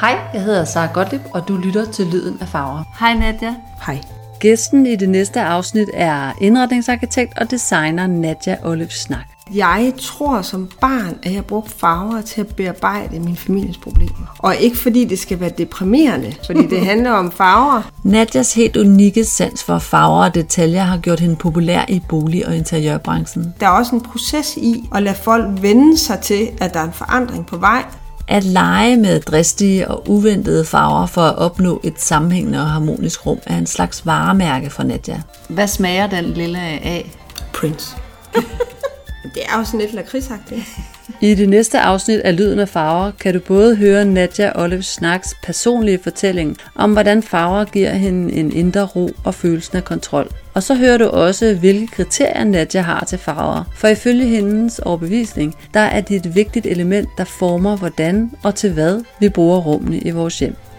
Hej, jeg hedder Sara Gottlieb, og du lytter til Lyden af Farver. Hej Nadia. Hej. Gæsten i det næste afsnit er indretningsarkitekt og designer Nadja Olive Snak. Jeg tror som barn, at jeg brugte farver til at bearbejde min families problemer. Og ikke fordi det skal være deprimerende, fordi det handler om farver. Nadjas helt unikke sans for farver og detaljer har gjort hende populær i bolig- og interiørbranchen. Der er også en proces i at lade folk vende sig til, at der er en forandring på vej. At lege med dristige og uventede farver for at opnå et sammenhængende og harmonisk rum er en slags varemærke for Nadja. Hvad smager den lille af? Prince. det er jo sådan lidt lakridsagtigt. I det næste afsnit af Lyden af Farver kan du både høre Nadja Olive Snaks personlige fortælling om, hvordan farver giver hende en indre ro og følelsen af kontrol. Og så hører du også, hvilke kriterier Nadja har til farver. For ifølge hendes overbevisning, der er det et vigtigt element, der former hvordan og til hvad vi bruger rummene i vores hjem.